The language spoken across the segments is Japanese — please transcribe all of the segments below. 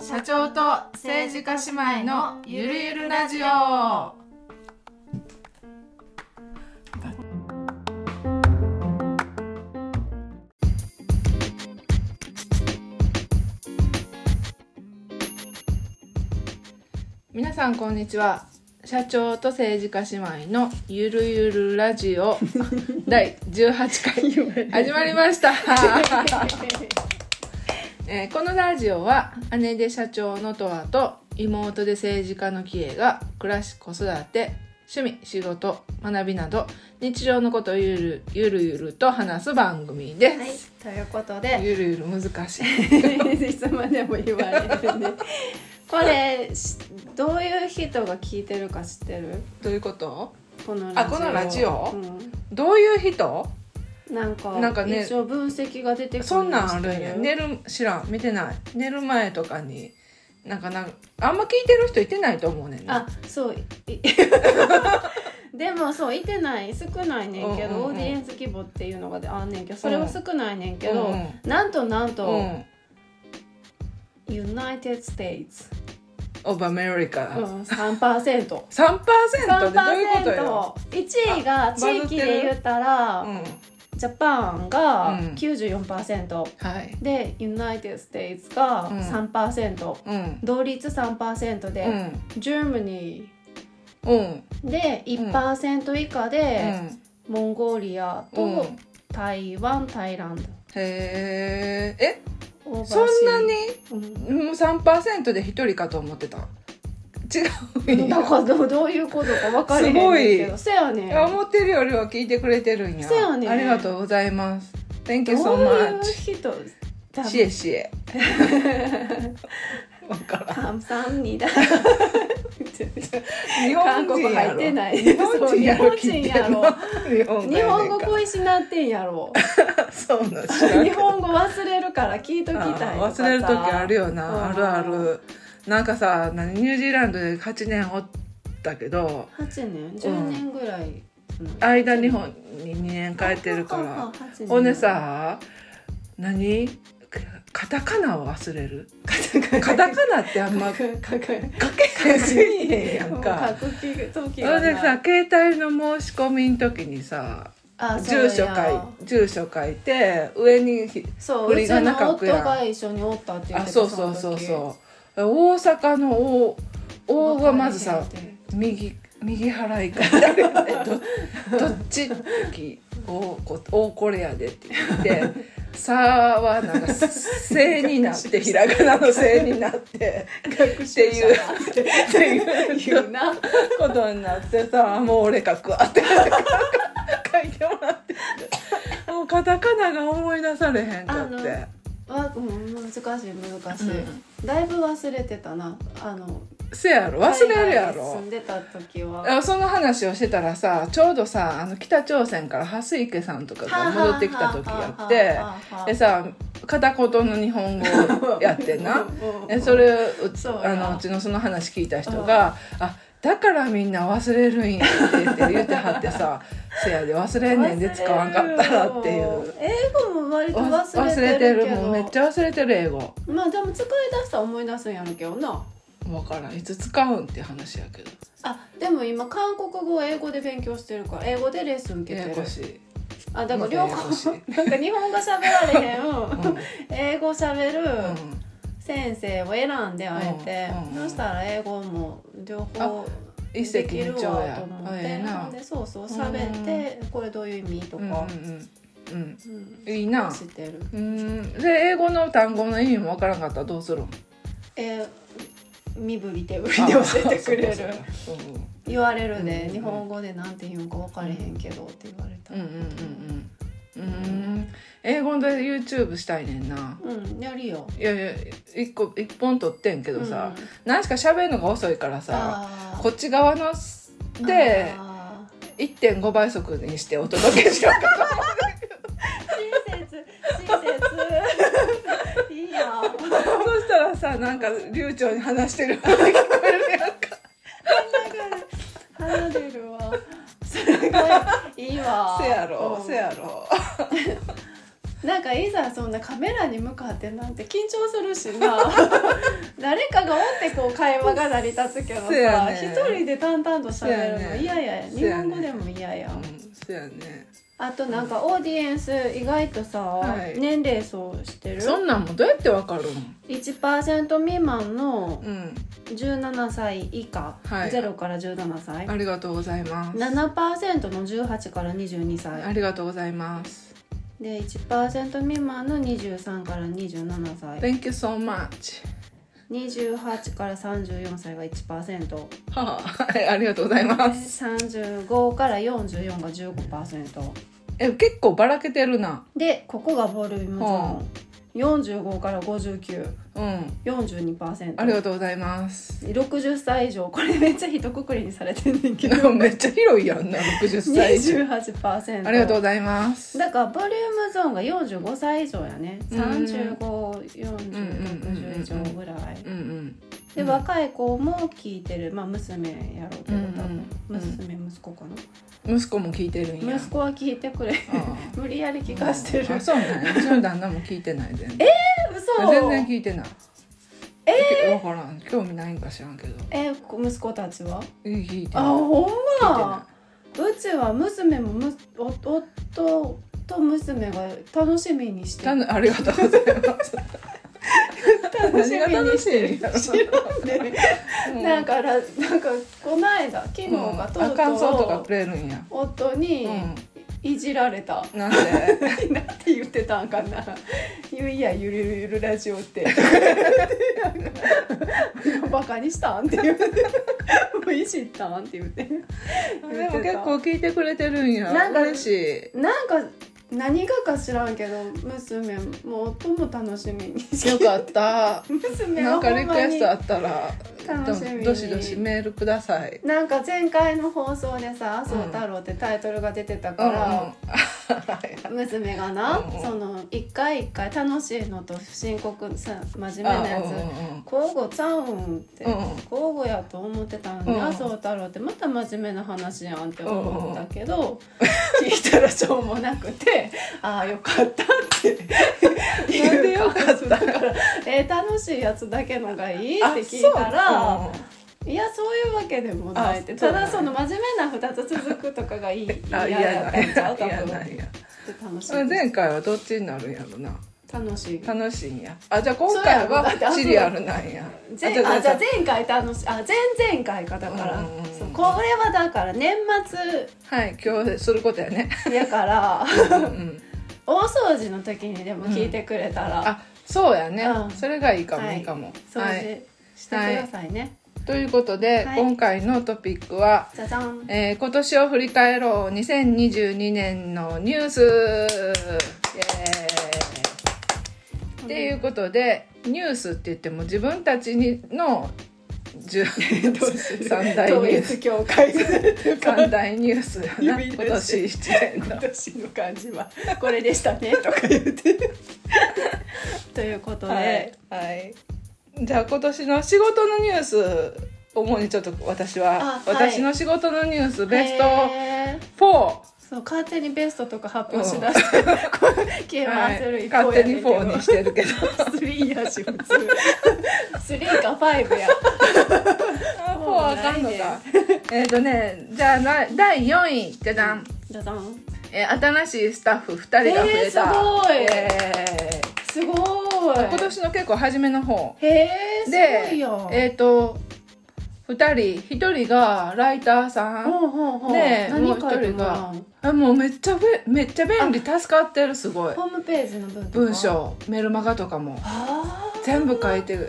社長と政治家姉妹のゆるゆるラジオ。皆さんこんにちは。社長と政治家姉妹のゆるゆるラジオ第18回始まりました。えーこのラジオは姉で社長のとわと妹で政治家のキエが暮らし子育て趣味仕事学びなど日常のことをゆるゆるゆると話す番組はいです、、ということで、ゆるゆる難しいいつまでも言われるね。 これ、しどういう人が聞いてるか知ってる。どういうことこのラジオ。あこのラジオうどういう人ん、なんか、なんかね一応分析が出てくる。そんなんあるんや知って寝る知らん見てない寝る前とかになんかなんかあんま聞いてる人いてないと思うねんなあ、そう。い でもそういてない少ないねんけど、うんうんうんオーディエンス規模っていうのがあんねんけどそれは少ないねんけど、うんうんなんとなんうと、ん United States、オブアメリカ、うん、3%。 3%ってどういうことよ、 3%一1位が地域で言ったら、うん、ジャパンがうん94%、はいでユナイテッド・ステイツがうん3%、うん同率3%うで、んジェームニうんーで1%以下で、へモンゴリアと、うん台湾タイランドええオーバーシそーんなにうんもう3%で一人かと思ってた違うんやなんかどうどういうことか分かれへんねんけどせやねんいや思ってるよりは聞いてくれてるんやそうやねありがとうございます Thank どう you so いう much 人多分しえし えわから感謝に だ。ん日本韓国人や入ろってない。日本人やろそう日本人聞いてやんのろ。日本日や本語ねんか恋しなってんやろ。そうなん知らんけ日ど本語忘れるから聞いときたいとかさ。あー忘れる時あるようんなあるあるなんかさ何ニュージーランドで8年おったけど八年、十年ぐらい。間日本に2年帰ってるかはははら八年ほんで。さ何カタカナを忘れるカタカナってあんま書書く書く。けへんせ えへんや書んか。く時そがれないでさ、携帯の申し込みの時にさあ住所書い住所書いて上にひそ振うや。りそ仮う、う名ちの書夫くやんが一緒におったって言っあてたそうそうそうの時そう大阪の大大がまずさわかれへんって右右払 いか左払いどどっちって聞いおこおこれやでって言って「さ」はなんか「せ」にな ってひらがなの「せ」になって学って習者いうだってい言ううな。ことになってさ「もう俺書くわ」って書いてもら っててもうカタカナが思い出されへんかって。わうん、難しい難しい、うんだいぶ忘れてたなあのせやろ忘れるや海外にろ住んでた時はあその話をしてたらさちょうどさあの北朝鮮から蓮池さんとかが戻ってきた時やってでさ片言の日本語をやってんなでそれをうちそうあやのうちのその話聞いた人が「あだからみんな忘れるんや」って言って言ってはってさ 「せやで忘れんねんで使わんかったら」っていう。英語も割とわ忘れてるけどもうめっちゃ忘れてる英語まあでも使い出したら思い出すんやろうけどな分からんいつ使うんって話やけどあでも今韓国語を英語で勉強してるから英語でレッスン受けやてやるこしい、あだから両またやや方 こしいなんか日本語喋られへん、うんうん英語喋る、先生を選んであえて、うんうんうんそしたら英語も両方一石でき二る鳥わやと思っあて、ええなでそうそう喋って、これどういう意味とうんうんうか、んうんうんいいな知ってる、うんで英語の単語の意味もわからんかったらどうするんえー身振り手振りで教えてくれあそうるかそうか言われるで、うんうん日本語でなんて言うんか分かれへんけどって言われたうんうんうんうんうんうん英語で YouTube したいねんなうんやるよいやいや一個一本撮ってんけどさ、何しか喋るのが遅いからさあこっち側のすーであー1.5倍速にしてお届けしようか親切親切 いいやんそしたらさなんか流暢に話してるように聞こえるやんか離れるわ。すごい。いいわ。せやろうんせ。やろなんかいざそんなカメラに向かってなんて緊張する しな誰かがおってこう会話が成り立つけどそうやさね一、人で淡々と喋るそうやのね嫌ややそう日やね本語でも嫌やんうんそうやねあとなんかオーディエンス意外とさ、はい年齢層してるそんなんもどうやってわかるの1%未満のうん17歳以下、はい0から17歳ありがとうございます7%の18から22あ歳りがとうございますで1%未満の23から27歳 Thank you so much 28から34歳が 1%35 はあはいありがとうございますから44が15%え結構ばらけてるなでここがボリュームゾはーン45から5942%うんあり62%がとうございます60歳以上これめっちゃひとくくりにされてんねんけどで もめっちゃ広いやんな60歳以上28%ありがとうございますだからボリュームゾーンが45歳以上やねうん354060以上ぐらいうんうんでうん若い子も聞いてるまあ娘やろうけど多分うんうん娘息子か息子も聞いてるんなや息子は聞いてくれ あ 無理やり聞あかしてるあそうなんやうちの旦那も聞いてない全然 嘘全然聞いてないええ分からん興味ないんか知らんけどえ息子たちは聞いてあないほ聞んいてまなうちは娘もむお夫と娘が楽しみにしいてたのありがとうございます楽しみにして何が楽し知いんやらんでうんなんからなんかこの間昨日うんがとあ感想とかうくれるんやとう夫にういじられた、んなんでなんて言ってたんかな「ゆいやゆるゆるラジオ」って「バカにしたん?」って言って「もういじったん?」って言ってでも結構聞いてくれてるんやなんか嬉しいなんか何がか知らんけど娘も夫も楽しみにしよかった娘なはんかほんリクまエスにトあったら楽しみにどしどしメールくださいなんか前回の放送でさ「麻生太郎」ってタイトルが出てたから、娘がな、うんうんその一回一回楽しいのと深刻さ真面目なやつ交互ちゃうんって、うん交互やと思ってたのうにん麻生太郎ってまた真面目な話やんって思ったけど、聞いたらしょうもなくて「ああよかった」ってなんでよかっただから「えー楽しいやつだけのがいい?」って聞いたら。いやそういうわけでもないってあただそそうの真面目な2つ続くとかがいいあ嫌いややったんちゃう多いや分ないや楽しい前回はどっちになるんやろな楽しい楽しいんやあじゃあ今回はシリアルなんや前あじゃあ前回楽しいあ前々回かだから、うんうんうんそうこれはだから年はい今日することやね 末やから うん大掃除の時にでも聞いてくれたら、あそうやねそれがいいかもいいかも掃除してくださいね、ということで、はい今回のトピックは、じゃじゃんえー今年を振り返ろう2022年のニュースイエーイっていうことでニュースって言っても自分たちにの じゅ三大ニ統ュース一教会三大ニュースやな指今出年し1年の私の感じはこれでしたねとか言ってということで、はい、はい、じゃあ今年の仕事のニュース主にちょっと私は、あはい私の仕事のニュースベストへー4そう勝手にベストとか発表しだ して、こう競馬する一方勝手やにねんけど4にしてる けどスリーやし普通スリーかファイブやあ4わかんのかえっとねじゃあな第4位じゃじゃん、ダダンえー新しいスタッフ2人が増えた、えーすごいえすごーい今年の結構初めの方へえすごでいよえっ、と2人1人がライターさんほうほうほうねえもう何一書いて人もらがうのあもうめっちゃべめっちゃ便利助かってるすごいホームページの文とか文章メルマガとかもあー全部書いてる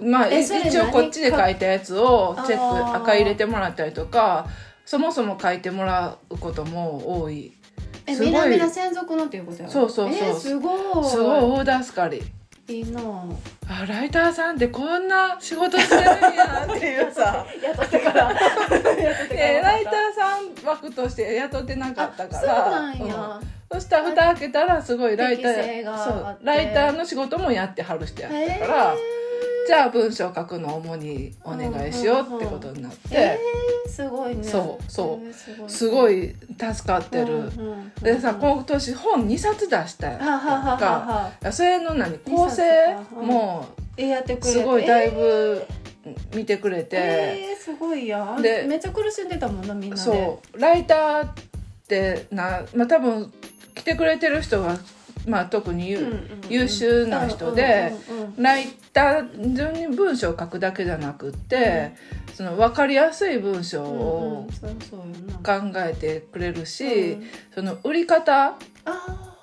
まあえいそれ何一応こっちで書いたやつをチェックあー赤入れてもらったりとかそもそも書いてもらうことも多いえすごいみなみな専属のっていうことやろそうそうそうえーすごいすごい大助かりいいなぁあライターさんってこんな仕事してるんやっていう さ雇ってから雇ってからえライターさん枠として雇ってなかったかあらそうなんうんや、そしたら蓋開けたらすごいライタ適性ーがあそうってライターの仕事もやってはる人やったへからえじゃあ文章書くのを主にお願いしようってことになって、えー、すごいねそうそうえーすごいすごい助かってる。うんうんうんでさ今年本2冊出したやんははははかはそれの何構成二冊かうんもえやってくれてすごいだいぶ見てくれて、えー、すごいやんでめっちゃ苦しんでたもんなみんなでそうライターってな、まあ、多分来てくれてる人が、まあ、特にゆ、うんうんうん優秀な人で、うんうんうんライター順に文章を書くだけじゃなくって、その分かりやすい文章うんうをんそうそうよ考なえてくれるし、うんその売り方あ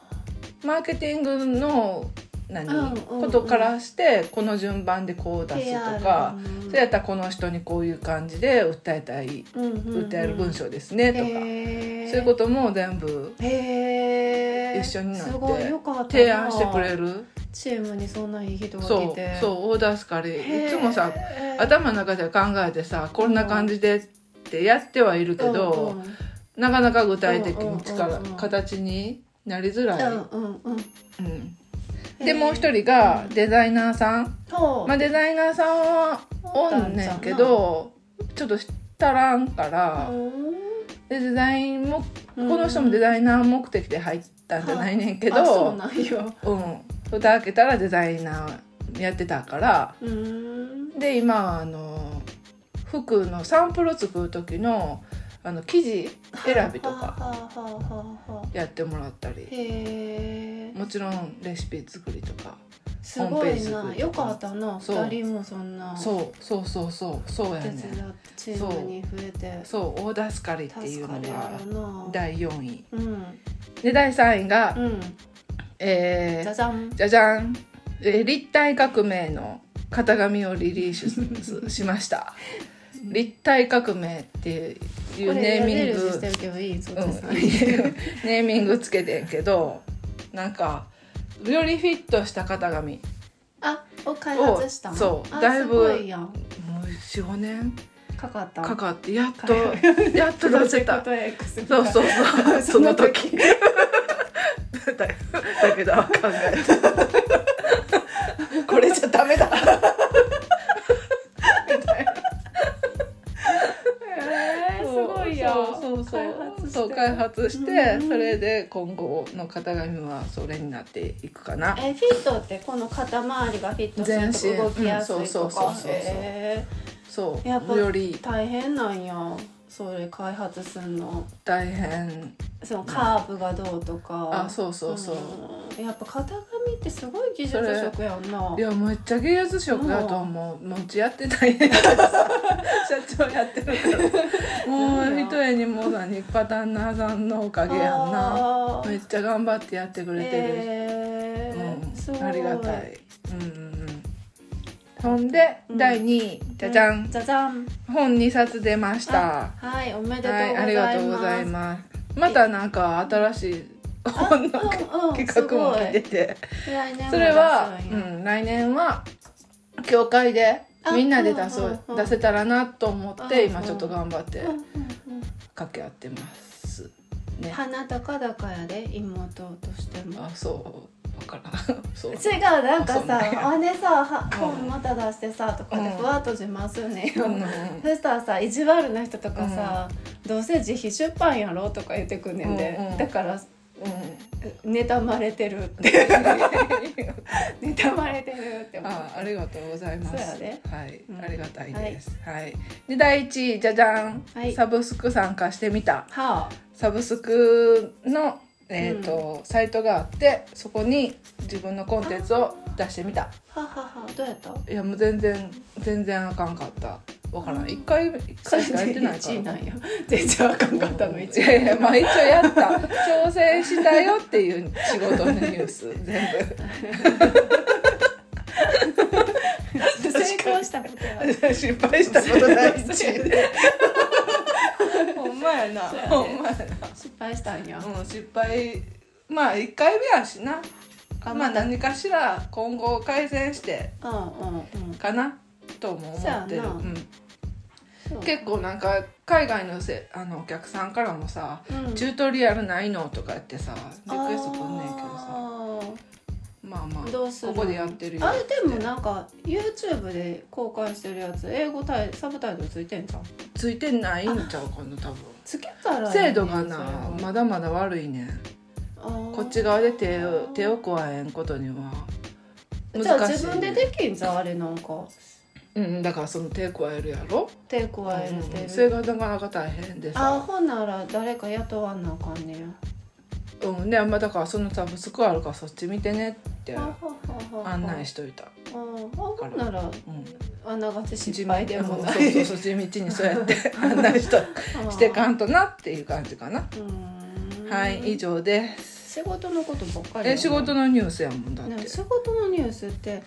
マーケティングの何、うんうんうんことからしてこの順番でこうー出すと PR か、うんそうやったらこの人にこういう感じで訴えたい、うんうんうん訴える文章ですねとか、へーそういうことも全部へー一緒になってすごいよかったな提案してくれるチームにそんないい人がそ来うてそうオーダースカリへーーいつもさ頭の中では考えてさこんな感じでってやってはいるけうど、んうんなかなか具体的にうん力、うんうんうん形になりづらい、うんうんうんうんへーでもう一人がうんデザイナーさん、そうまあ、デザイナーさんはおんねんけどちょっとしたらんから、でデザインもこの人もデイザイナー目的で入ったんじゃないねんけど、そうなんようん蓋開けたらデザイナーやってたからうんで今はあの服のサンプル作る時のあの生地選びとはかあはあはあはあやってもらったりへえもちろんレシピ作りとかすごいホームペーなジよかったなそう二人もそんなそうそうそうそうそうや手ねん伝ってチームに増えてそうオーダースカリってい助うかのるがやろな第4位うんで第3位が、うんえじー、ゃじゃんじゃじゃん、えー立体革命の型紙をリリースしま した立体革命っていうネーミンこれ矢印グしてるけどいいそううでんすネーミングつけてんけどなんかよりフィットした型紙もあを開発したのそうあだいぶすごいやんう45年かかったかかってやっ かかとやっと出せたプロジェクト X みそたいうなそうそうその時 だだけど考えたこれじゃダメだえーすごいやんそうそう開発そうそう開発ししてるて、うんうんそれで今後の型紙はそれになっていくかなえフィットってこの肩周りがフィットすると動きやすい全身うんそうそとうそうかそうへそうやっぱよりー大変なんやそれ開発すんの大変そのカーブがどうとかあそうそうそう、うんやっぱ型紙ってすごい技術職やんないやめっちゃ芸術職だと思うもううちやって ない社長やってる からもなんうだ一重にもう何パターンナーさんのおかげやんなあーめっちゃ頑張ってやってくれてる、えーすうごいん、ありがたい、うんうんうん、ほんで、うん第2位じゃじゃん、じゃじゃん本2冊出ましたははいおめでいとうございますありがとうございますまたなんか新しい本のうんうん企画も来ててすごい来年も出すんやそれは、うん、来年は教会であみんなで出そううんうんうん出せたらなと思っうんうてん今ちょっと頑張ってうんうんうん掛け合ってますね鼻高々やで妹としてもあそうわからん そう違うなんかそうなんやさ姉 さはうん本また出してさとかでうんふわっと自慢すんねうんよ、んうんそしたらさ意地悪な人とかさ、どうせ自費出版やろとか言ってくんねんで、うんうんだからうん妬まれてるっ て妬まれてるって思うあ、ありがとうございます。そうやではい、うんありがたいです。はい。で第一位じゃじゃん、はいサブスク参加してみた。はあサブスクのえっ、と、サイトがあってそこに自分のコンテンツを出してみた。はあはあはあどうやったいやもう全然全然あかんかった。わからん。一回一そ回れしかやってでない1位かなら。んや全然あかんかったのい1やいや位まあ一応やった挑戦したよっていう仕事のニュース全部成功したこと は失敗したことないしそうやほんまやなそうやねほんまやな失敗したんや、うん、失敗まあ1回目やしなあまあまだ何かしら今後改善してうんうんうんかなとも思ってる、そうやなうん、そう結構なんか海外のせあのお客さんからもさう「んチュートリアルないの?」とか言ってさリクエスト来んねんけどさあーまあまあどうはするここでやってるよあれでもなんか YouTube で公開してるやつ英語タイサブタイトルついてんじゃんついてないんちゃうかな多分つけたらいいね精度がそれなはまだまだ悪いねあーこっち側で手を手を加えんことには難しい、ね、じゃあ自分でできんじゃんあれなんかうんだからその手加えるやろ手加えるうん手それがなかなか大変であさほんなら誰か雇わんなあかんねやうんねまあだからそのサブスクあるからそっち見てねってはははは案内しといた、あーほんならうん、あながち失敗でもなそういそうそう地道にそうやって 案内しとしてかんとなっていう感じかなうーんはい以上です仕事のことばっかりえ仕事ののニュースやもんだって、仕事のニュースって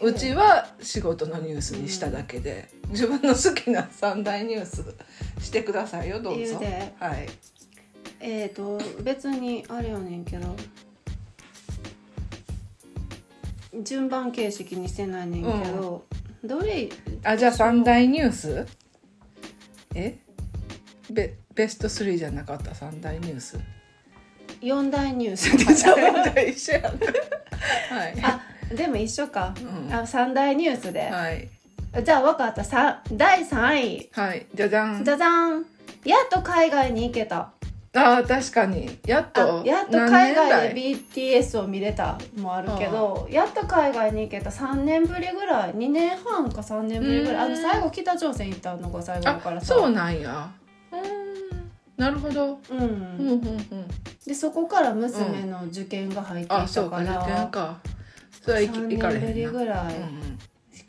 うちは仕事のニュースにしただけで、自分の好きな三大ニュースしてくださいよどう言ぞうではいえっ、と別にあれやねんけど順番形式にしてないねんけど、どれあじゃあ三大ニュースえベベスト3じゃなかった三大ニュー ス四大ニュースで しょ一緒やんはいあでも一緒か、うんあ三大ニュースで、はいじゃあ分かったさ第三位はいじゃじゃんじゃじゃんやっと海外に行けたあー確かにやっあとやっと海外何で年 BTS を見れたもあるけどやっと海外に行けた3年ぶりぐらい2年半か3年ぶりぐらいあうーんの最後北朝鮮行ったのが最後だか代あらさそうなんやうんなるほどううんんうんうんでそこから娘の受験が入ってあきそたうかか受ら、験かそれは行き3行かれ年ぶりへんなぐらい、うん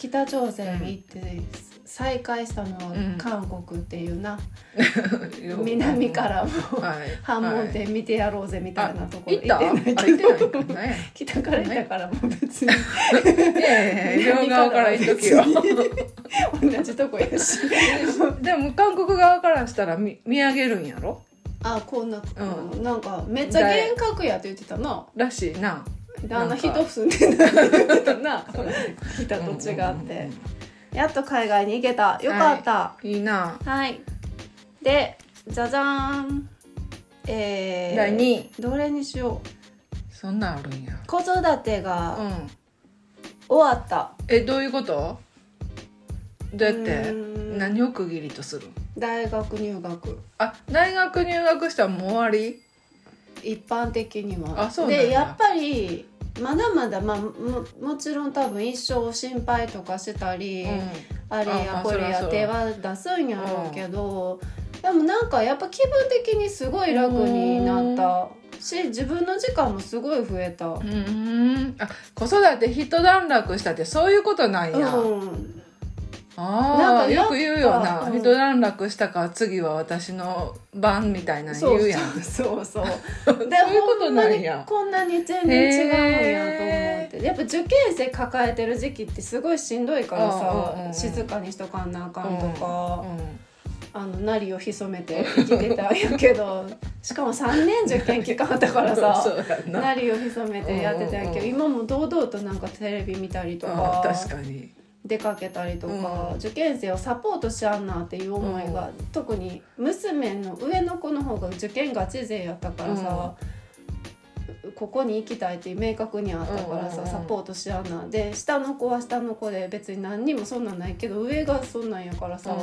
北朝鮮行って再会したのはうん韓国っていうな、 うん南からもはい半門店見てやろうぜみたいなところ行ったあ行 行っっててなないいんけかどね北から行ったからもう別に。いやいやいや両側から行っときよ同じとこやし でも韓国側からしたら見見上げるんやろあこんな、うなんかめっちゃ幻覚やって言ってたならしいなであんななんか人住んでないって言ってたな北と違って、うんうんうんやっと海外に行けたよかったは、うんいいないでじゃじゃーんえー、第2位どれにしようそんなんあるんや子育てうがん終わった、えどういうことどうやっうてーん何を区切りとする大学入学あ大学入学したらもう終わり一般的にはあそうなんやでやっぱりまだまだ、まあ、ももちろん多分一生心配とかしたり、うあれあまあやこれやそり手ゃそうは出すんやろうけど、でもなんかやっぱ気分的にすごい楽になったし自分の時間もすごい増えた。んうんあ子育て一段落したってそういうことなんや、うん、あなあんかよやっくぱ言うよな、うん一段落したから次は私の番みたいなのそ言ううやんそうそう そううでいうことほんまなんにやこんなに全然違うんやと思ってやっぱ受験生抱えてる時期ってすごいしんどいからさ、うんうんうん静かにしとかんなあかんとうか、んあのなりを潜めて生きてたんやけど しかも3年受験期間あったからさ そうやんななりを潜めてやってたんやけど、うん今も堂々となんかテレビ見たりとあかー確かに出かけたりとか、うん受験生をサポートしあんなっていう思いが、特に娘の上の子の方が受験ガチ勢やったからさ、ここに行きたいって明確にあったからさ、うんうんうんサポートしあんなで下の子は下の子で別に何にもそんなんないけど上がそんなんやからさ、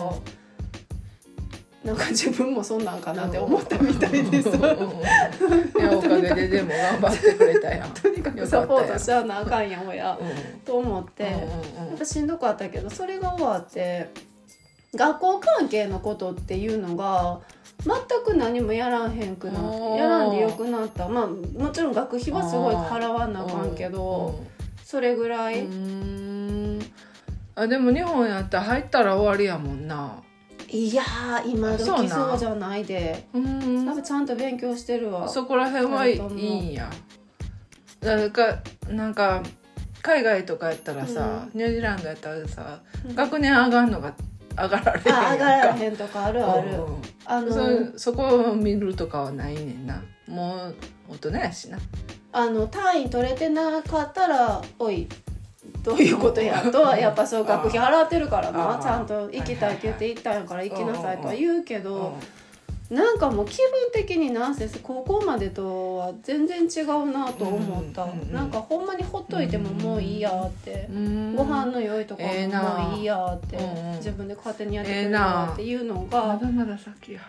なんか自分もそんなんかなって思ったみたいでさ。いやおかげででも頑張ってくれたやん とにかくサポートしあなあかんやん親うんと思って、うんうんやうっんぱしんどかったけどそれが終わって学校関係のことっていうのが全く何もやらへんくなあーやらんでよくなったまあもちろん学費はすごい払わなあかんけど、それぐらうんうい、んうーんあでも日本やったら入ったら終わりやもんないやー今そうなん時そうじゃないでう多ん分ちゃんと勉強してるわそこら辺はいいんやだからなんか海外とかやったらさ、ニュージーランドやったらさ、うん学年上がんのが上がられへんやんかあ上がらへんとかあるある、うんあのそそこを見るとかはないねんなもう大人やしなあの単位取れてなかったら「おいどういうことや」とはやっぱそう学費払ってるからあなーちゃんと行きたいって言って行ったんやから行きなさいとは言うけどなんかもう気分的になんせ高校までとは全然違うなと思った、うんうんうんなんかほんまにほっといてももういいやって、うんご飯の用意とかもええなもういいやって、うんうん自分で勝手にやってくれるなっていうのまが、だまだ先や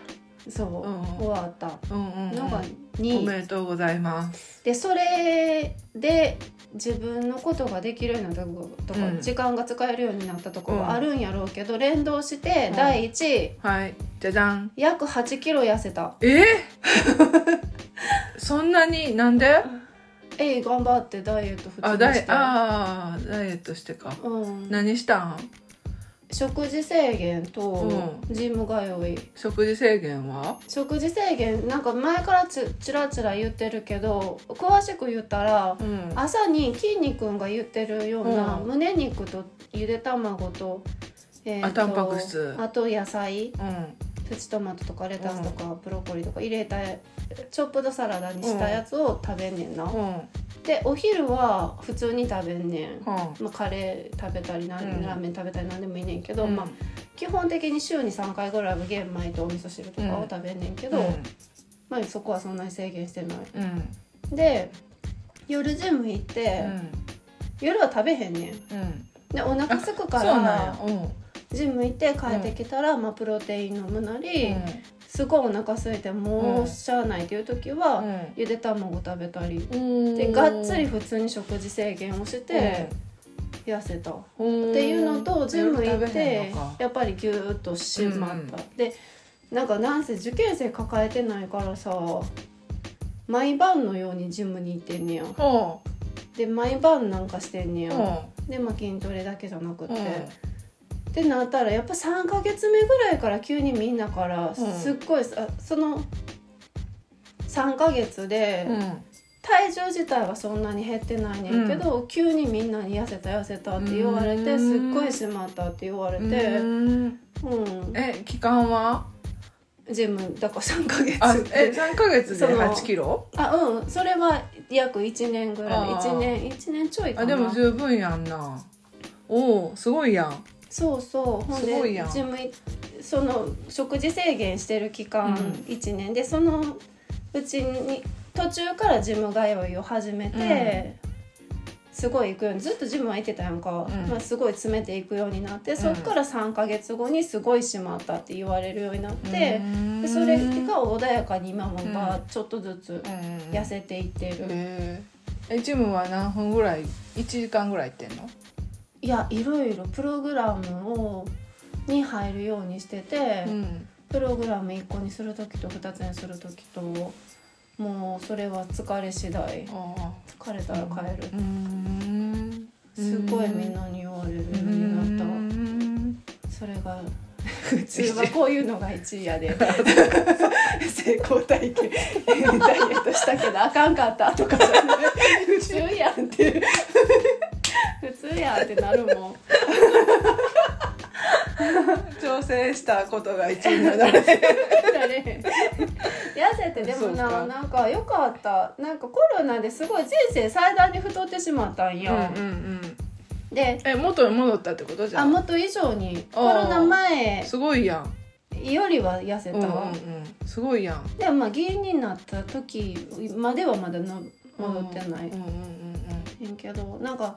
そう、うんうん終わったうんうんうんのがお2めでとうございますでそれで自分のことができるようになったとか、うん時間が使えるようになったとかはあるんやろうけど、連動して第1位、はいじゃじゃん約8キロ痩せた えそんなになんでえい頑張ってダイエット普通あにダイしてあーダイエットしてかうん、何したん食事制限とジム通い、食事制限は食事制限なんか前からちちらちら言ってるけど詳しく言ったらうん朝に筋肉が言ってるような、うん胸肉とゆで卵と,、えあタンパク質あと野菜うんプチトマトとかレタスとかブロッコリーとか入れたチョップドサラダにしたやつを食べんねんな、うんうんでお昼は普通に食べんねん、はまあ、カレー食べたりなんうんラーメン食べたりなんでもいいねんけあど、まあ、基本的に週に3回ぐらいは玄米とお味噌汁とかを食べんねんけど、まあ、そこはそんなに制限してないうんうんで夜ジム行って、夜は食べへんねんうんうんでお腹すくそかうなんやらうんうんジム行って帰ってきたら、まあ、プロテイン飲むなり、すごいお腹空いてもうしゃあないっていう時は、ゆで卵食べたりうんでがっつり普通に食事制限をして痩せた、うんっていうのとジム行夜っ食べへてんのかやっぱりギューッと締まった、うんでなんかなんせ受験生抱えてないからさ毎晩のようにジムに行ってんねやほで毎晩なんかしてんねうや、ほで、まあ、筋トレだけじゃなくっうて、うんってなったらやっぱ3ヶ月目ぐらいから急にみんなからうんすっごいさ、その3ヶ月で、うん体重自体はそんなに減ってないねんけど、急にみんなに痩せた痩せたって言われて、うんすっごい締まったって言われて、うんうんえ期間はジムだから3ヶ月あえ三ヶ月でその8キロあうんそれは約1年ぐらいあー1年1年ちょいかあなでも十分やんなおおすごいやんそうそうほんすごいでやんジムいその食事制限してる期うん間1年、でそのうちに途中からジム通いを始めて、すごい行くようにずっとジムは行ってたやんか、うんまあ、すごい詰めていくようになってそっから3ヶ月後にすごいしまったって言われるようになって、でそれが穏やかに今もがちょっとずつ痩痩せていってる、えーえジムは何分ぐらい一時間ぐらい行ってんのいやいろいろプログラムをに入るようにしてて。うんプログラム1個にする時と2つにする時ともうそれは疲れ次第あ疲れたら帰るーうーんすごいみんなに言われるようになうっんたそれが 普通は こういうのが1位やで 成功体験 ダイエットしたけどあかんかったとかじゃない普通やん って普通やんってなるもん調整したことが一位になるだね痩せてでもそうかななんか良かったなんかコロナですごい人生最大に太ってしまったんうんうんや、うんでえ元に戻ったってことじゃあんもっと以上にあコーロナ前すごいやんよりは痩せうたんうんわ、うんすごいやんでもまあ芸人になった時まではまだの戻ってないうんうんねんけどなんか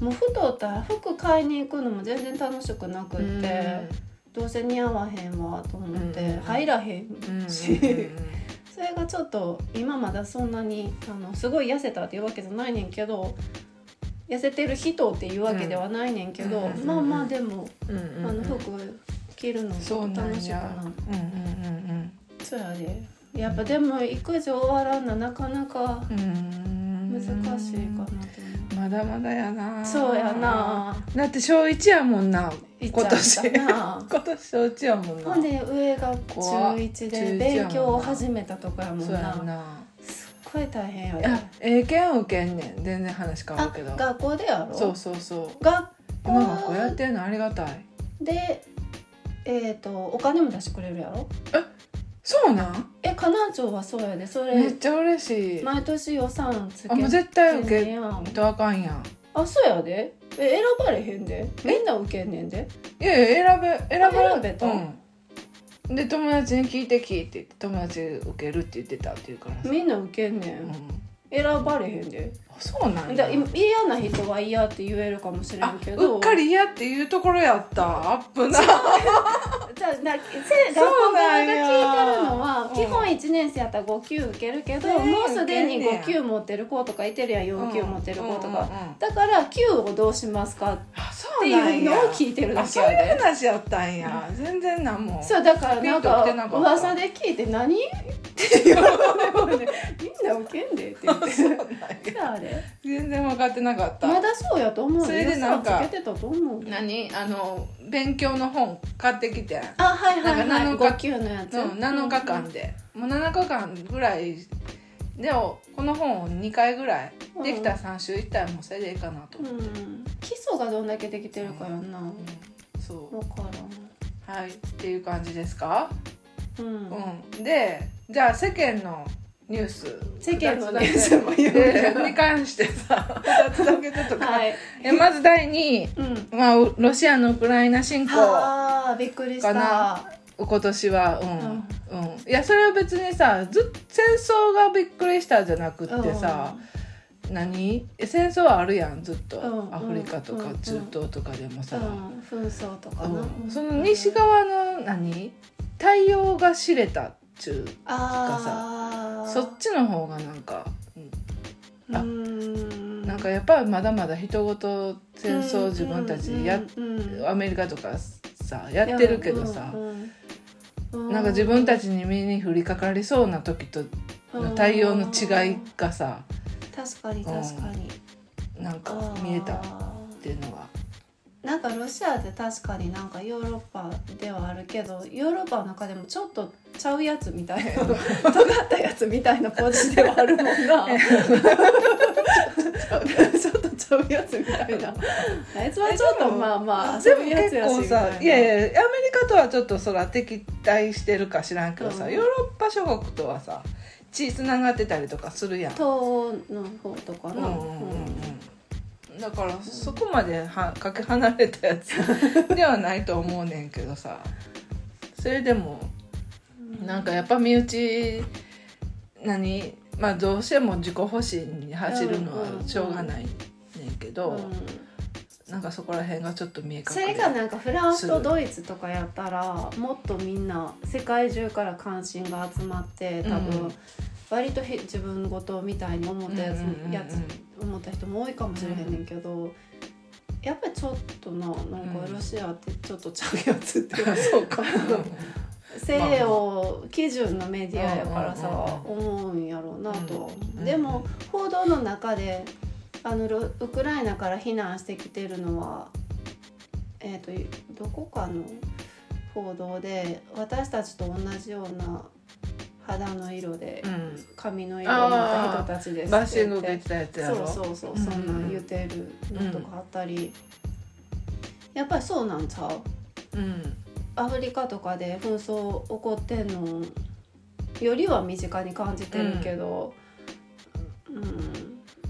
もう太ったら服買いに行くのも全然楽しくなくっうんうんて、どうせ似合わへんわと思って、うん入らへんうんうんうんし、それがちょっと今まだそんなにあのすごい痩せたっていうわけじゃないねんけど痩せてる人っていうわけではないねんけど、うんうんまあまあでも、うんうんうん あの服着るのちょっと楽しいかなうんうんそうやでやっぱでも育児終わらんななかなかうんうんう難んしいかなと思まう、だまだやなそうやなだって小一やもんな行今っちゃ年ったな今年小一やもんなほんで上が中1中一やもでんな勉強を始めたとこやもんそうやなんなすっごい大変やいでや英検受けんねん全然話変わあるけど学校でやろそうそうそう学今学校やっ校てんのありがたいでえっ、とお金も出してくれるやろそうなんえ河南町はそうやでそめれっちゃ嬉しい毎年予算つけあもうて絶対受んねけやんんとあかんやんあそうやでえ選ばれへんでみんな受けんねんでいやいや選べ選べあ選べたうんで友達に聞いて聞いて友達受けるって言ってたっていうからさ、みんな受けんねうんん、選ばれへんであそうなんやだい嫌な人は嫌って言えるかもしれあんけどうっかり嫌っていうところやったアップなじゃあなせ学校そうな側がん聞いやてるのはうん基本1年生やったら5級受けるけど、全員もうすでに受けんねや5級持ってる子とかいてるやん4級持ってる子とか、うんうんうんうんだから級をどうしますかっあそてうなんやいうのを聞いてるだあけそうやいうで。話やったんや全然なんもそうだからなんピンときかてなかった噂で聞いて何って言われてもねみんな受けんでって言ってそうなんやさあれ全然分かってなかったまだそうやと思うよそれでなんか予算つけてたと思うよ何あの勉強の本買ってきてあはいはいはいなんか7 5級のやつ、うん、7日間で、もう7日間ぐらいでもこの本を2回ぐらいうんできたら3週1回もうそれでいいかなとう思って、ん基礎がどんだけできてるかやんな、うんそわからうはいっていう感じですか、ん。うん。うん、でじゃあ世間のニュース世間のニュー二つだスも言うけ ねでに関してさ2つだけちょっとか、はい。えまず第2位、うん。まあ、うロシアのウクライナ侵攻はあ、びっくりした。かな今年はうん、うんいやそれは別にさずっ戦争がびっくりしたじゃなくってさ、何え戦争はあるやんずっと、うんアフリカとうんかうん中東とかでもうさ、ん、うん、紛争とかな。うんその西側の何対応が知れたっちゅあうあ。そっちの方がなんか、うんあうーん。なんかやっぱりまだまだ人ごと戦争自分たちでや、うんうんアメリカとかさやってるけどさ、うんうなんか自分たちに身に降りかかりそうな時との対応の違いうんがさ確かに確かに、なんか見えたっあていうのがーなんかロシアって確かになんかヨーロッパではあるけどヨーロッパの中でもちょっとちゃうやつみたい な尖ったやつみたいな感じではあるもん なちょっとちゃうやつみたいなあいつはちょっとまあまあで遊もぶやつ結やし構みたさいないやいやアメリカとはちょっとそら敵対してるか知らんけどさ、うんヨーロッパ諸国とはさ血つながってたりとかするやん。東欧の方とかうんうな、んうんうんだからそこまではかけ離れたや つではないと思うねんけどさそれでもうんなんかやっぱ身内何まあどうしても自己保身に走るのはしょうがないねんけど、うんなんかそこら辺がちょっと見え隠それがなんかフランスとドイツとかやったらもっとみんな世界中から関心が集まって多うん分割とひ自分事みたいに思ったやうんつ,、うんうんうんやつ思った人も多いかもしれへんねんけど、やっぱりちょっとななんかうんロシアってちょっとちゃうや つって、 そうか西洋基準のメディアやからさ、う思うんやろうなと、うんでも報道の中であのロウクライナから避難してきてるのはえっ、とどこかの報道で私たちと同じような肌の色でうん髪の色を持った人たちですバッっシてング言っでてきたやつやそろうそうそうそんなん言ってるのとかあったり、やっぱりそうなんちゃううんアフリカとかで紛争起こってんのよりは身近に感じてるけど、うん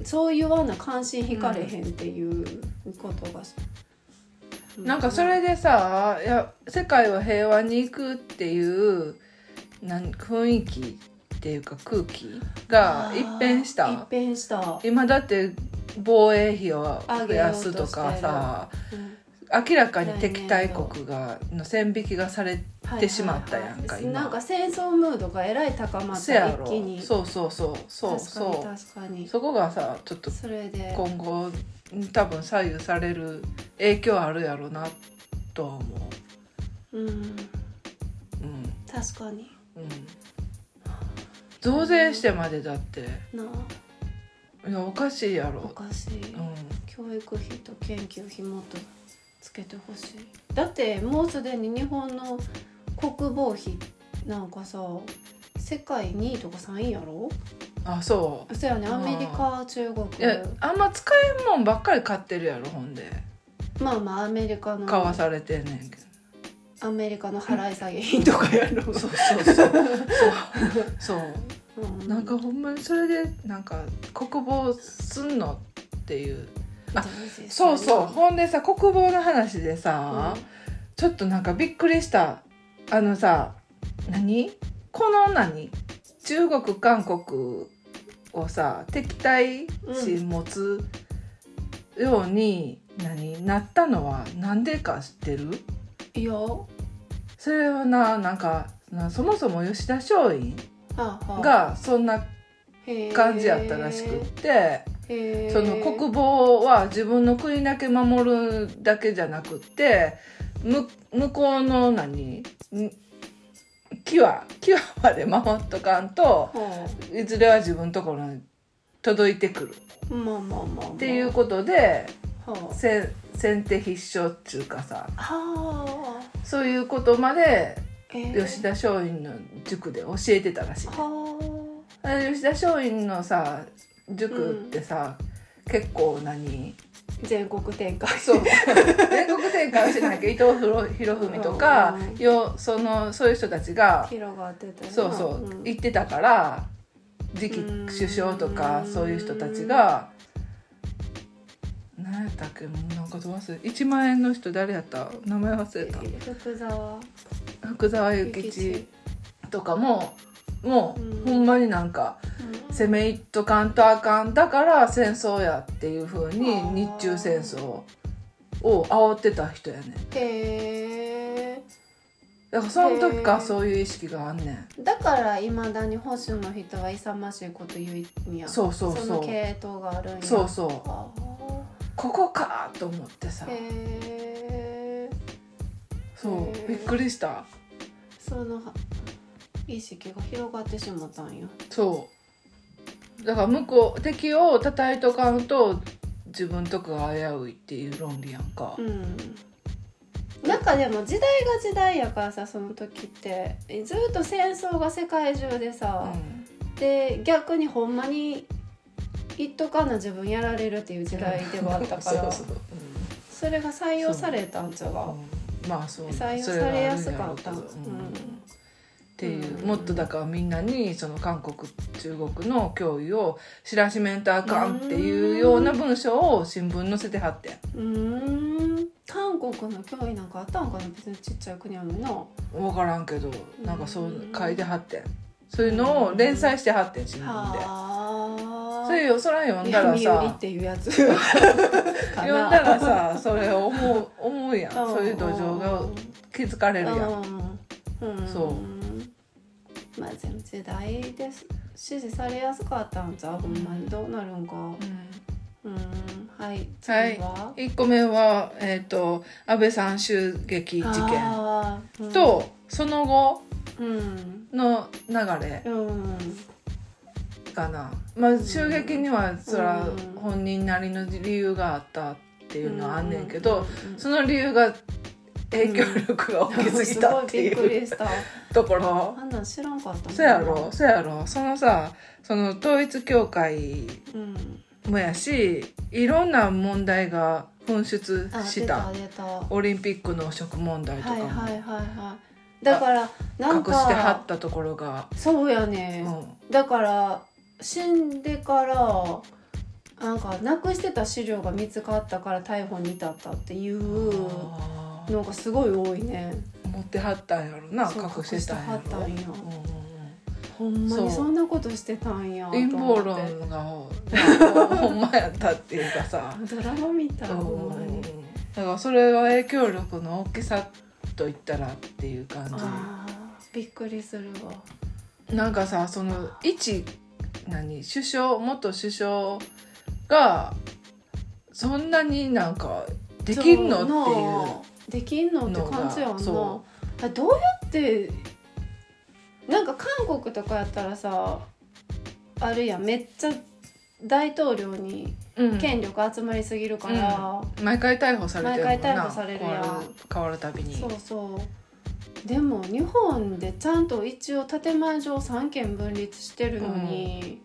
そういうような関心引かれへんっていうことが、うなんかそれでさいや世界は平和に行くっていうなん雰囲気っていうか空気が一変しあー一た変した、今だって防衛費を上増げよやうとしてするとかさうん明らかに敵対国がの線引きがされはいはいはいてしまったやんか今なんか戦争ムードがえらい高まっせたや一ろ気にそうそうそうそう確そかに確かうにそこがさちょっとそれで今後多分左右される影響あるやろなとは思うんううん確かにうん増税してまでだってなあいやおかしいやおろかしい、う教育費と研究費もっとつけてほしいだってもうすでに日本の国防費なんかさ世界2位とか3位やろんあそそうやねうんアメリカ中国ういやあんま使えんもんばっかり買ってるやろほんでまあまあアメリカの買わされてんねんけどアメリカの払い下げ品とかやろ、そうそうそうそううそうなんかほんまにそれでなんか国防すんのっていうあそうそうほんでさ国防の話でうさ、んちょっとなんかびっくりしたあのさ何この何中国韓国をさ敵対視持つように、何なったのはなんでか知ってるいやそれはななんかなそもそも吉田松陰ああがそんなへー感じやったらしくって、へーその国防は自分の国だけ守るだけじゃなくってむ向こうの何んキワキワまで守っとかんとほいずれは自分のところに届いてくるうまあまあまあまあっていうことでは先先手必勝っちゅうかさあはあそういうことまでえー吉田松陰の塾で教えてたらしい。はあれ吉田松陰のさ塾ってさ、結構何あ全国展開そう全国展開をしてないけど伊藤博文とか、うんよそのそういう人たちが広がってたよなそうそう、ん行ってたから次期うん首相とかそういう人たちが。何やったっけなんかどう忘れ1万円の人誰やった名前忘れた福沢福沢諭諭吉吉とかももう、うんほんまになんか攻めいっとかんとあかんだから戦争やっていう風に日中戦争を煽ってた人やねんへえだからその時かへらーそういう意識があんねんだからいまだに保守の人は勇ましいこと言うんやそうそうそうその系統があるんやそうそうああここかと思ってさへえそへーうびっくりしたその意識が広がってしまったんやそうだから向こう敵を叩いとかんと自分とかが危ういっていう論理やんかうんなんかでも時代が時代やからさその時ってずっと戦争が世界中でうさ、んで逆にほんまに一斗かな自分やられるっていう時代ではあったから、 そうそううそれが採用されたんちゃうかんうんまあそう採用それはさあるれんやろうすけどかったうんっていう、うんもっとだからみんなにその韓国中国の脅威を知らしめんとあかんっていうような文章を新聞載せてはってんうーん韓国の脅威なんかあったんかな別にちっちゃい国やのになは分からんけどなんかそううん書いてはってんそういうのを連載してはってん新聞で。あそれよそら読んだら闇売りさっていう やつか読んだらさそれを思う思うやんんそういう土壌が気づかれるやんうんうんそまあ全部時代です支持されやすかったんじゃうほんまにどうなるんかうんはい次は、 1個目は、えー、と安倍さん襲撃事件あー、うん、とその後うんの流れうんかな、まあ、襲撃にはそらうん本人なりの理由があったっていうのはあんねんけど、うんその理由が影響力が大きすぎたっていすごいびっくうりしたところあんなん知らんかったもんなそやろそやろそのさその統一教会うんもやしいろんな問題が噴出あし出たた出たはオリンピックの汚職問題いとかはいもはいはいだからなん隠かしてはったところが、そうやうね、ん、だから死んでからなんかなくしてた資料が見つかったから逮捕に至ったっていうあーのがすごい多いね持ってはったんやろなそう隠してたんや隠してはろったんやうんうんうんほんまそうにそんなことしてたんや陰謀と思って論がほんまやったっていうかさドラマみたいほんまにだからそれは影響力の大きさと言ったらっていう感あーびっくりするわじなんかさその一何首相元首相がそんなになんかできんのっっていうできんのって感じやんなそあどうやってなんか韓国とかやったらさあるやんめっちゃ大統領にていう、うん権力集まりすぎるから、毎回逮捕されてるもんな毎回逮捕されるやん変わる変わるたびにそうそうでも日本でちゃんと一応建前上三権分立してるのに、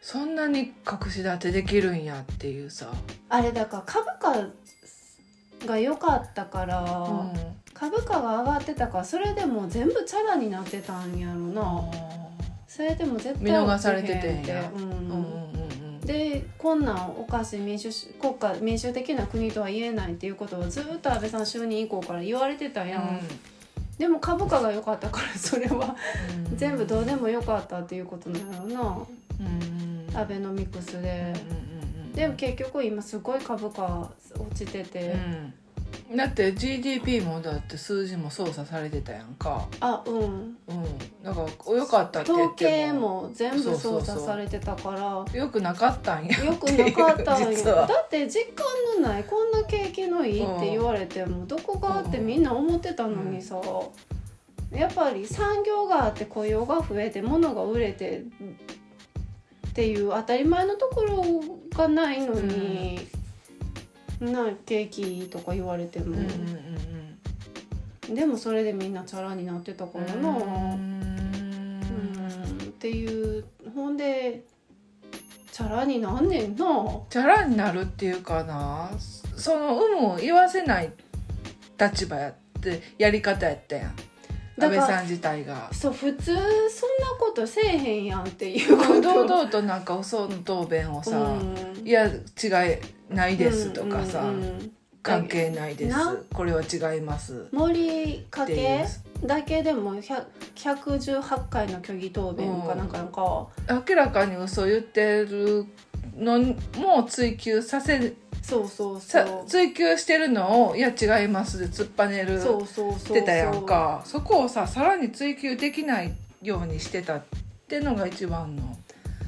そんなに隠し立てできるんやっていうさ、あれだから株価が良かったから、うん株価が上がってたからそれでもう全部チャラになってたんやろな、それでも絶対見逃されててんや落ちへんってうんうんうんうんでこんなんおかしい民主主国家民主的な国とは言えないっていうことをずっと安倍さん就任以降から言われてたやん、でも株価が良かったからそれは全部どうでもよかったっていうことなのうんなアベノミクスででも結局今すごい株価落ちてて、うんだって GDP もだって数字も操作されてたやんかあうんうんだからよかったって言っ統計てもも全部そ操うそう作そうされてたからよくなかったんやよくなかったんよ実はだって実感のないこんな景気のいいって言われてもどこがってみんな思ってたのにさやっぱり産業があって雇用が増えて物が売れてっていう当たり前のところがないのに、な景気いいとか言われてうんもうん、うんでもそれでみんなチャラになってたかうんらな。うんうんっていうほんでチャラになんねんなチャラになるっていうかなその有無を言わせない立場やってやり方やったやん安だか倍らさん自体がそう普通そんなことせえへんやんっていうこと堂々となんかその答弁をさ「うんいや違いないです」とかさ「うんうんうん関係ないですな」 「これは違います」森かっていうけだけでも100 118回の虚偽答弁かなんかなんか、明らかに嘘言ってるのも追求させそうそうそさう追求してるのを「いや違います」で突っぱねるそうそうそうってたやんかそこをささらに追求できないようにしてたってのが一番の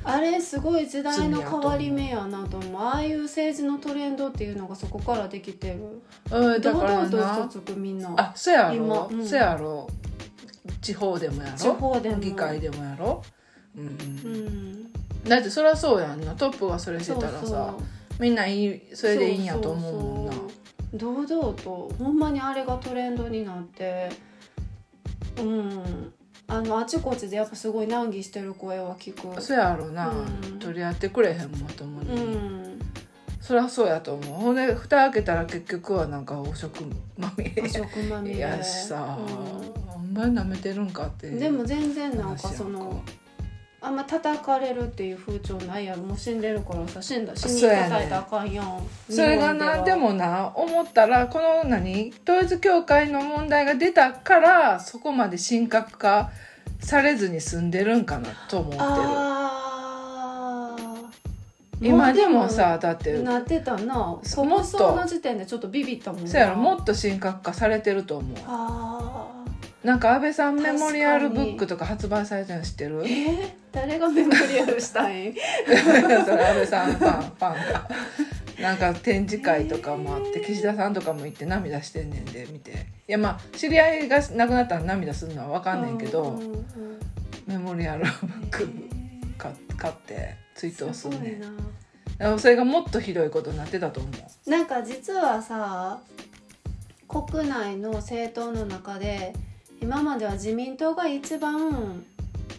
あれすごい時代の変わり目やなと思うああいう政治のトレンドっていうのがそこからできてるうんだ堂から々と嘘なつくみんなあそや今ろ、うんそやろ地方でもや地ろ方でも議会でもやろ、うんううんんだってそりゃそうやんなトップがそれしてそうたそらさうみんないいそれでいいんやと思うもんなそうそうそう堂々とほんまにあれがトレンドになってうんあのあちこちでやっぱすごい難儀してる声は聞くそやろな、うん取り合ってくれへんまともに、うんそりゃそうやと思うほんで蓋開けたら結局はなんか汚職まみ汚職まみれれやしさ、あんまり舐めてるんかってうんでも全然なんか話やそのあんま叩かれるっていう風潮ないやろもう死んでるからさ死んだ死にそうやね叩いたらあかんやんそれがなでもな思ったらこの何統一教会の問題が出たからそこまで神格化されずに済んでるんかなと思ってあある今でもさだってなってたなそう放送もっのと時点でちょっとビビったもんなそうやろもっと神格化されてると思うあなんか安倍さん確メかにモリアルブックとか発売されてるの知ってるーえー誰がメモリアルし たいそれ安倍さんファンファンがなんか展示会とかもあってえー岸田さんとかも行って涙してんねんで見ていやまあ知り合いが亡くなったら涙するのは分かんねんけど、うううんメモリアルブックえー買買って追悼すすんごねいんなだからそれがもっとひどいことになってたと思うなんか実はさ国内の政党の中で今までは自民党が一番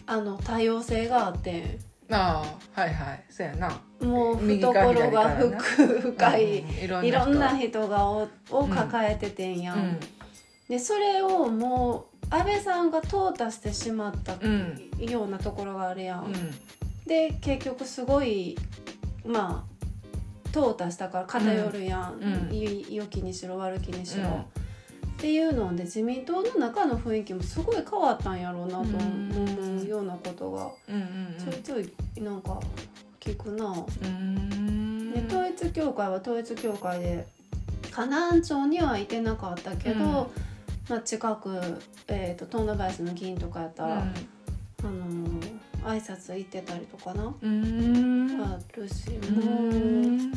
あの多様性があってああはいはいそうやなもう右から懐が左からな深深いうんいろいろんな人人がをを抱えててんやうんんでそれをもう安倍さんが淘汰してしまったうんようなところがあるやん。うんで結局すごいまあ淘汰したから偏るやん、うんうんい良きにしろ悪きにしろ、うんっていうので自民党の中の雰囲気もすごい変わったんやろうなと思うようなことがうんちょいちょいなんか聞くな。うんうんで統一教会は統一教会で河南町にはいてなかったけど、うんまあ、近く、えー、と富田林の議員とかやったら、あのー挨拶行ってたりとかな、うんうんあるしうもうん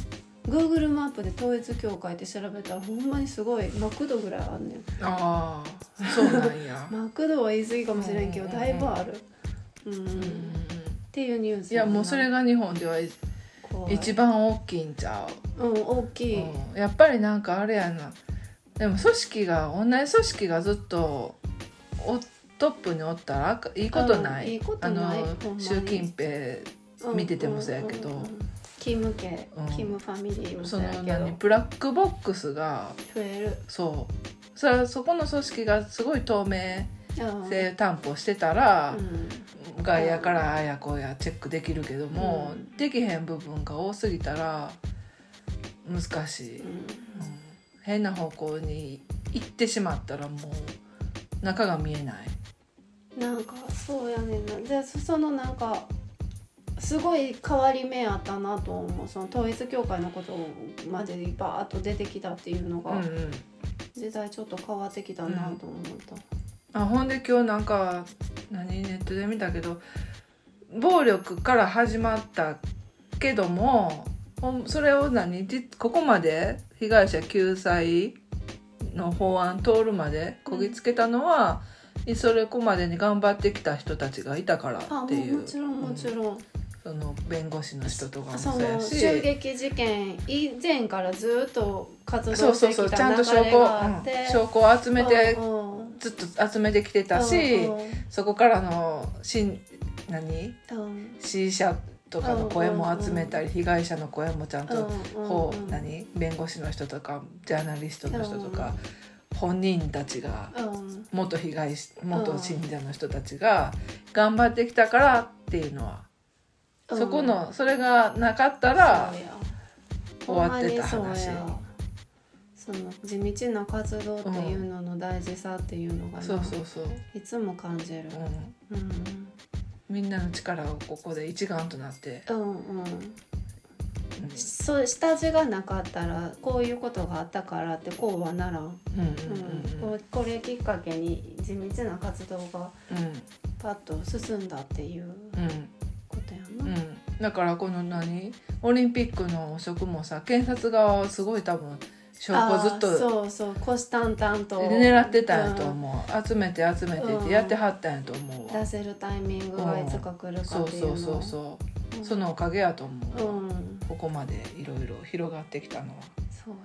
Google マップで統一教会って調べたらほんまにすごいマクドぐらいあんねんああそうなん やマクドは言い過ぎかもしれんけどうんうんうんだいぶある、うんうんうんうっんていうニュースいやもうそれが日本では怖い一番大きいんちゃううん大きい、うんやっぱりなんかあれやなでも組織が同じ組織がずっとおトップにおったらいいことない,、うんいいことなあいほんまのに習近平うん見ててもそうやけどんんんキム系、うんキムファミリーもそそうやのけど何ブラックボックスが増えるそうそれはそこの組織がすごい透明うん性担保してたうら、ん外野からあやこうやチェックできるけども、うんできへん部分が多すぎたら難しい。うん変な方向に行ってしまったらもう中が見えないなんかそうやねんなでそそのなんかすごい変わり目あったなと思うその統一教会のことまでバーッと出てきたっていうのうんうがん時代ちょっと変わってきたなと思った、あほんで今日なんか何ネットで見たけど暴力から始まったけどもほんそれを何じここまで被害者救済の法案通るまでこぎつけたのは、それこまでに頑張ってきた人たちがいたからあっもてういうもちろんもちろん、その弁護士の人とかもそそうやのし襲撃事件以前からずっと活動そうしそうてそうきちゃんとた流証れ拠、があっうんて証拠を集めてうんうんずっと集めてきてたし、うそこからのしん何んうん支持者とかの声も集めたり、被害者の声もちゃんと、うんこうんう何弁護士の人とかジャーナリストの人とか、本人たちがうん元被害し元信者の人たちが頑張ってきたからっていうのは、うんそこのそれがなかったらそうや終わってたほんまに話そうやその地道な活動っていうのの大事さっていうのがな、そうそうそう、いつも感じる、うん、うん、みんなの力をここで一丸となって、うんうんうんそう下地がなかったらこういうことがあったからってこうはならん、うんううんんうんうんこうこれきっかけに地道な活動がパッと進んだっていううんことやうな、ん、だからこの何オリンピックの汚職もさ検察側はすごい多分証拠ずっあーとそうそう虎視眈々と狙ってたんやと思う、集めて集めてってやってはったんやと思うわ、出せるタイミングがいつか来るかそっうていうのそうそうそうう、んそのおかげやと思うわ、うんここまでいろいろ広がってきたのは、そうや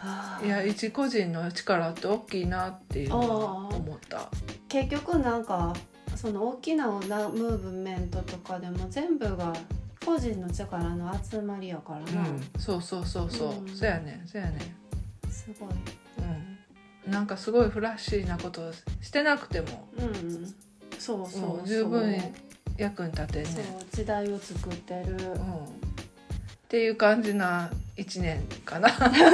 はあうん、いや一個人の力って大きいなっていうのは思った結局なんかその大きなムーブメントとかでも全部が個人の力の集まりやからうな、ん、そうそうそうそう、うんそうやねそうやねすごいうんなんかすごいフラッシーなことしてなくてもうんそうそううん十分そう役に立てんねそう時代を作ってるうんっていう感じな1年か なと思い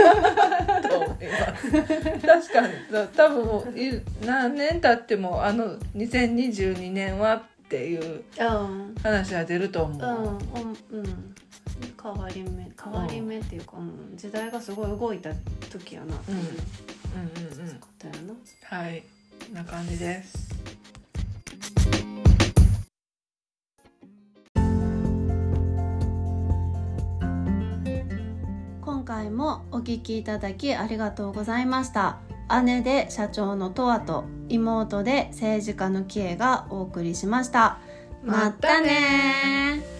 ます 確かにそう多分もうい何年経ってもあの2022年はっていううん話は出るとうん思う、うんうん変わり目変わり目っていうか、うん時代がすごい動いた時やなっていううんうん、うんうんことやな、はいこんな感じです今回もお聞きいただきありがとうございました姉で社長のとわと妹で政治家のキエがお送りしましたまたねー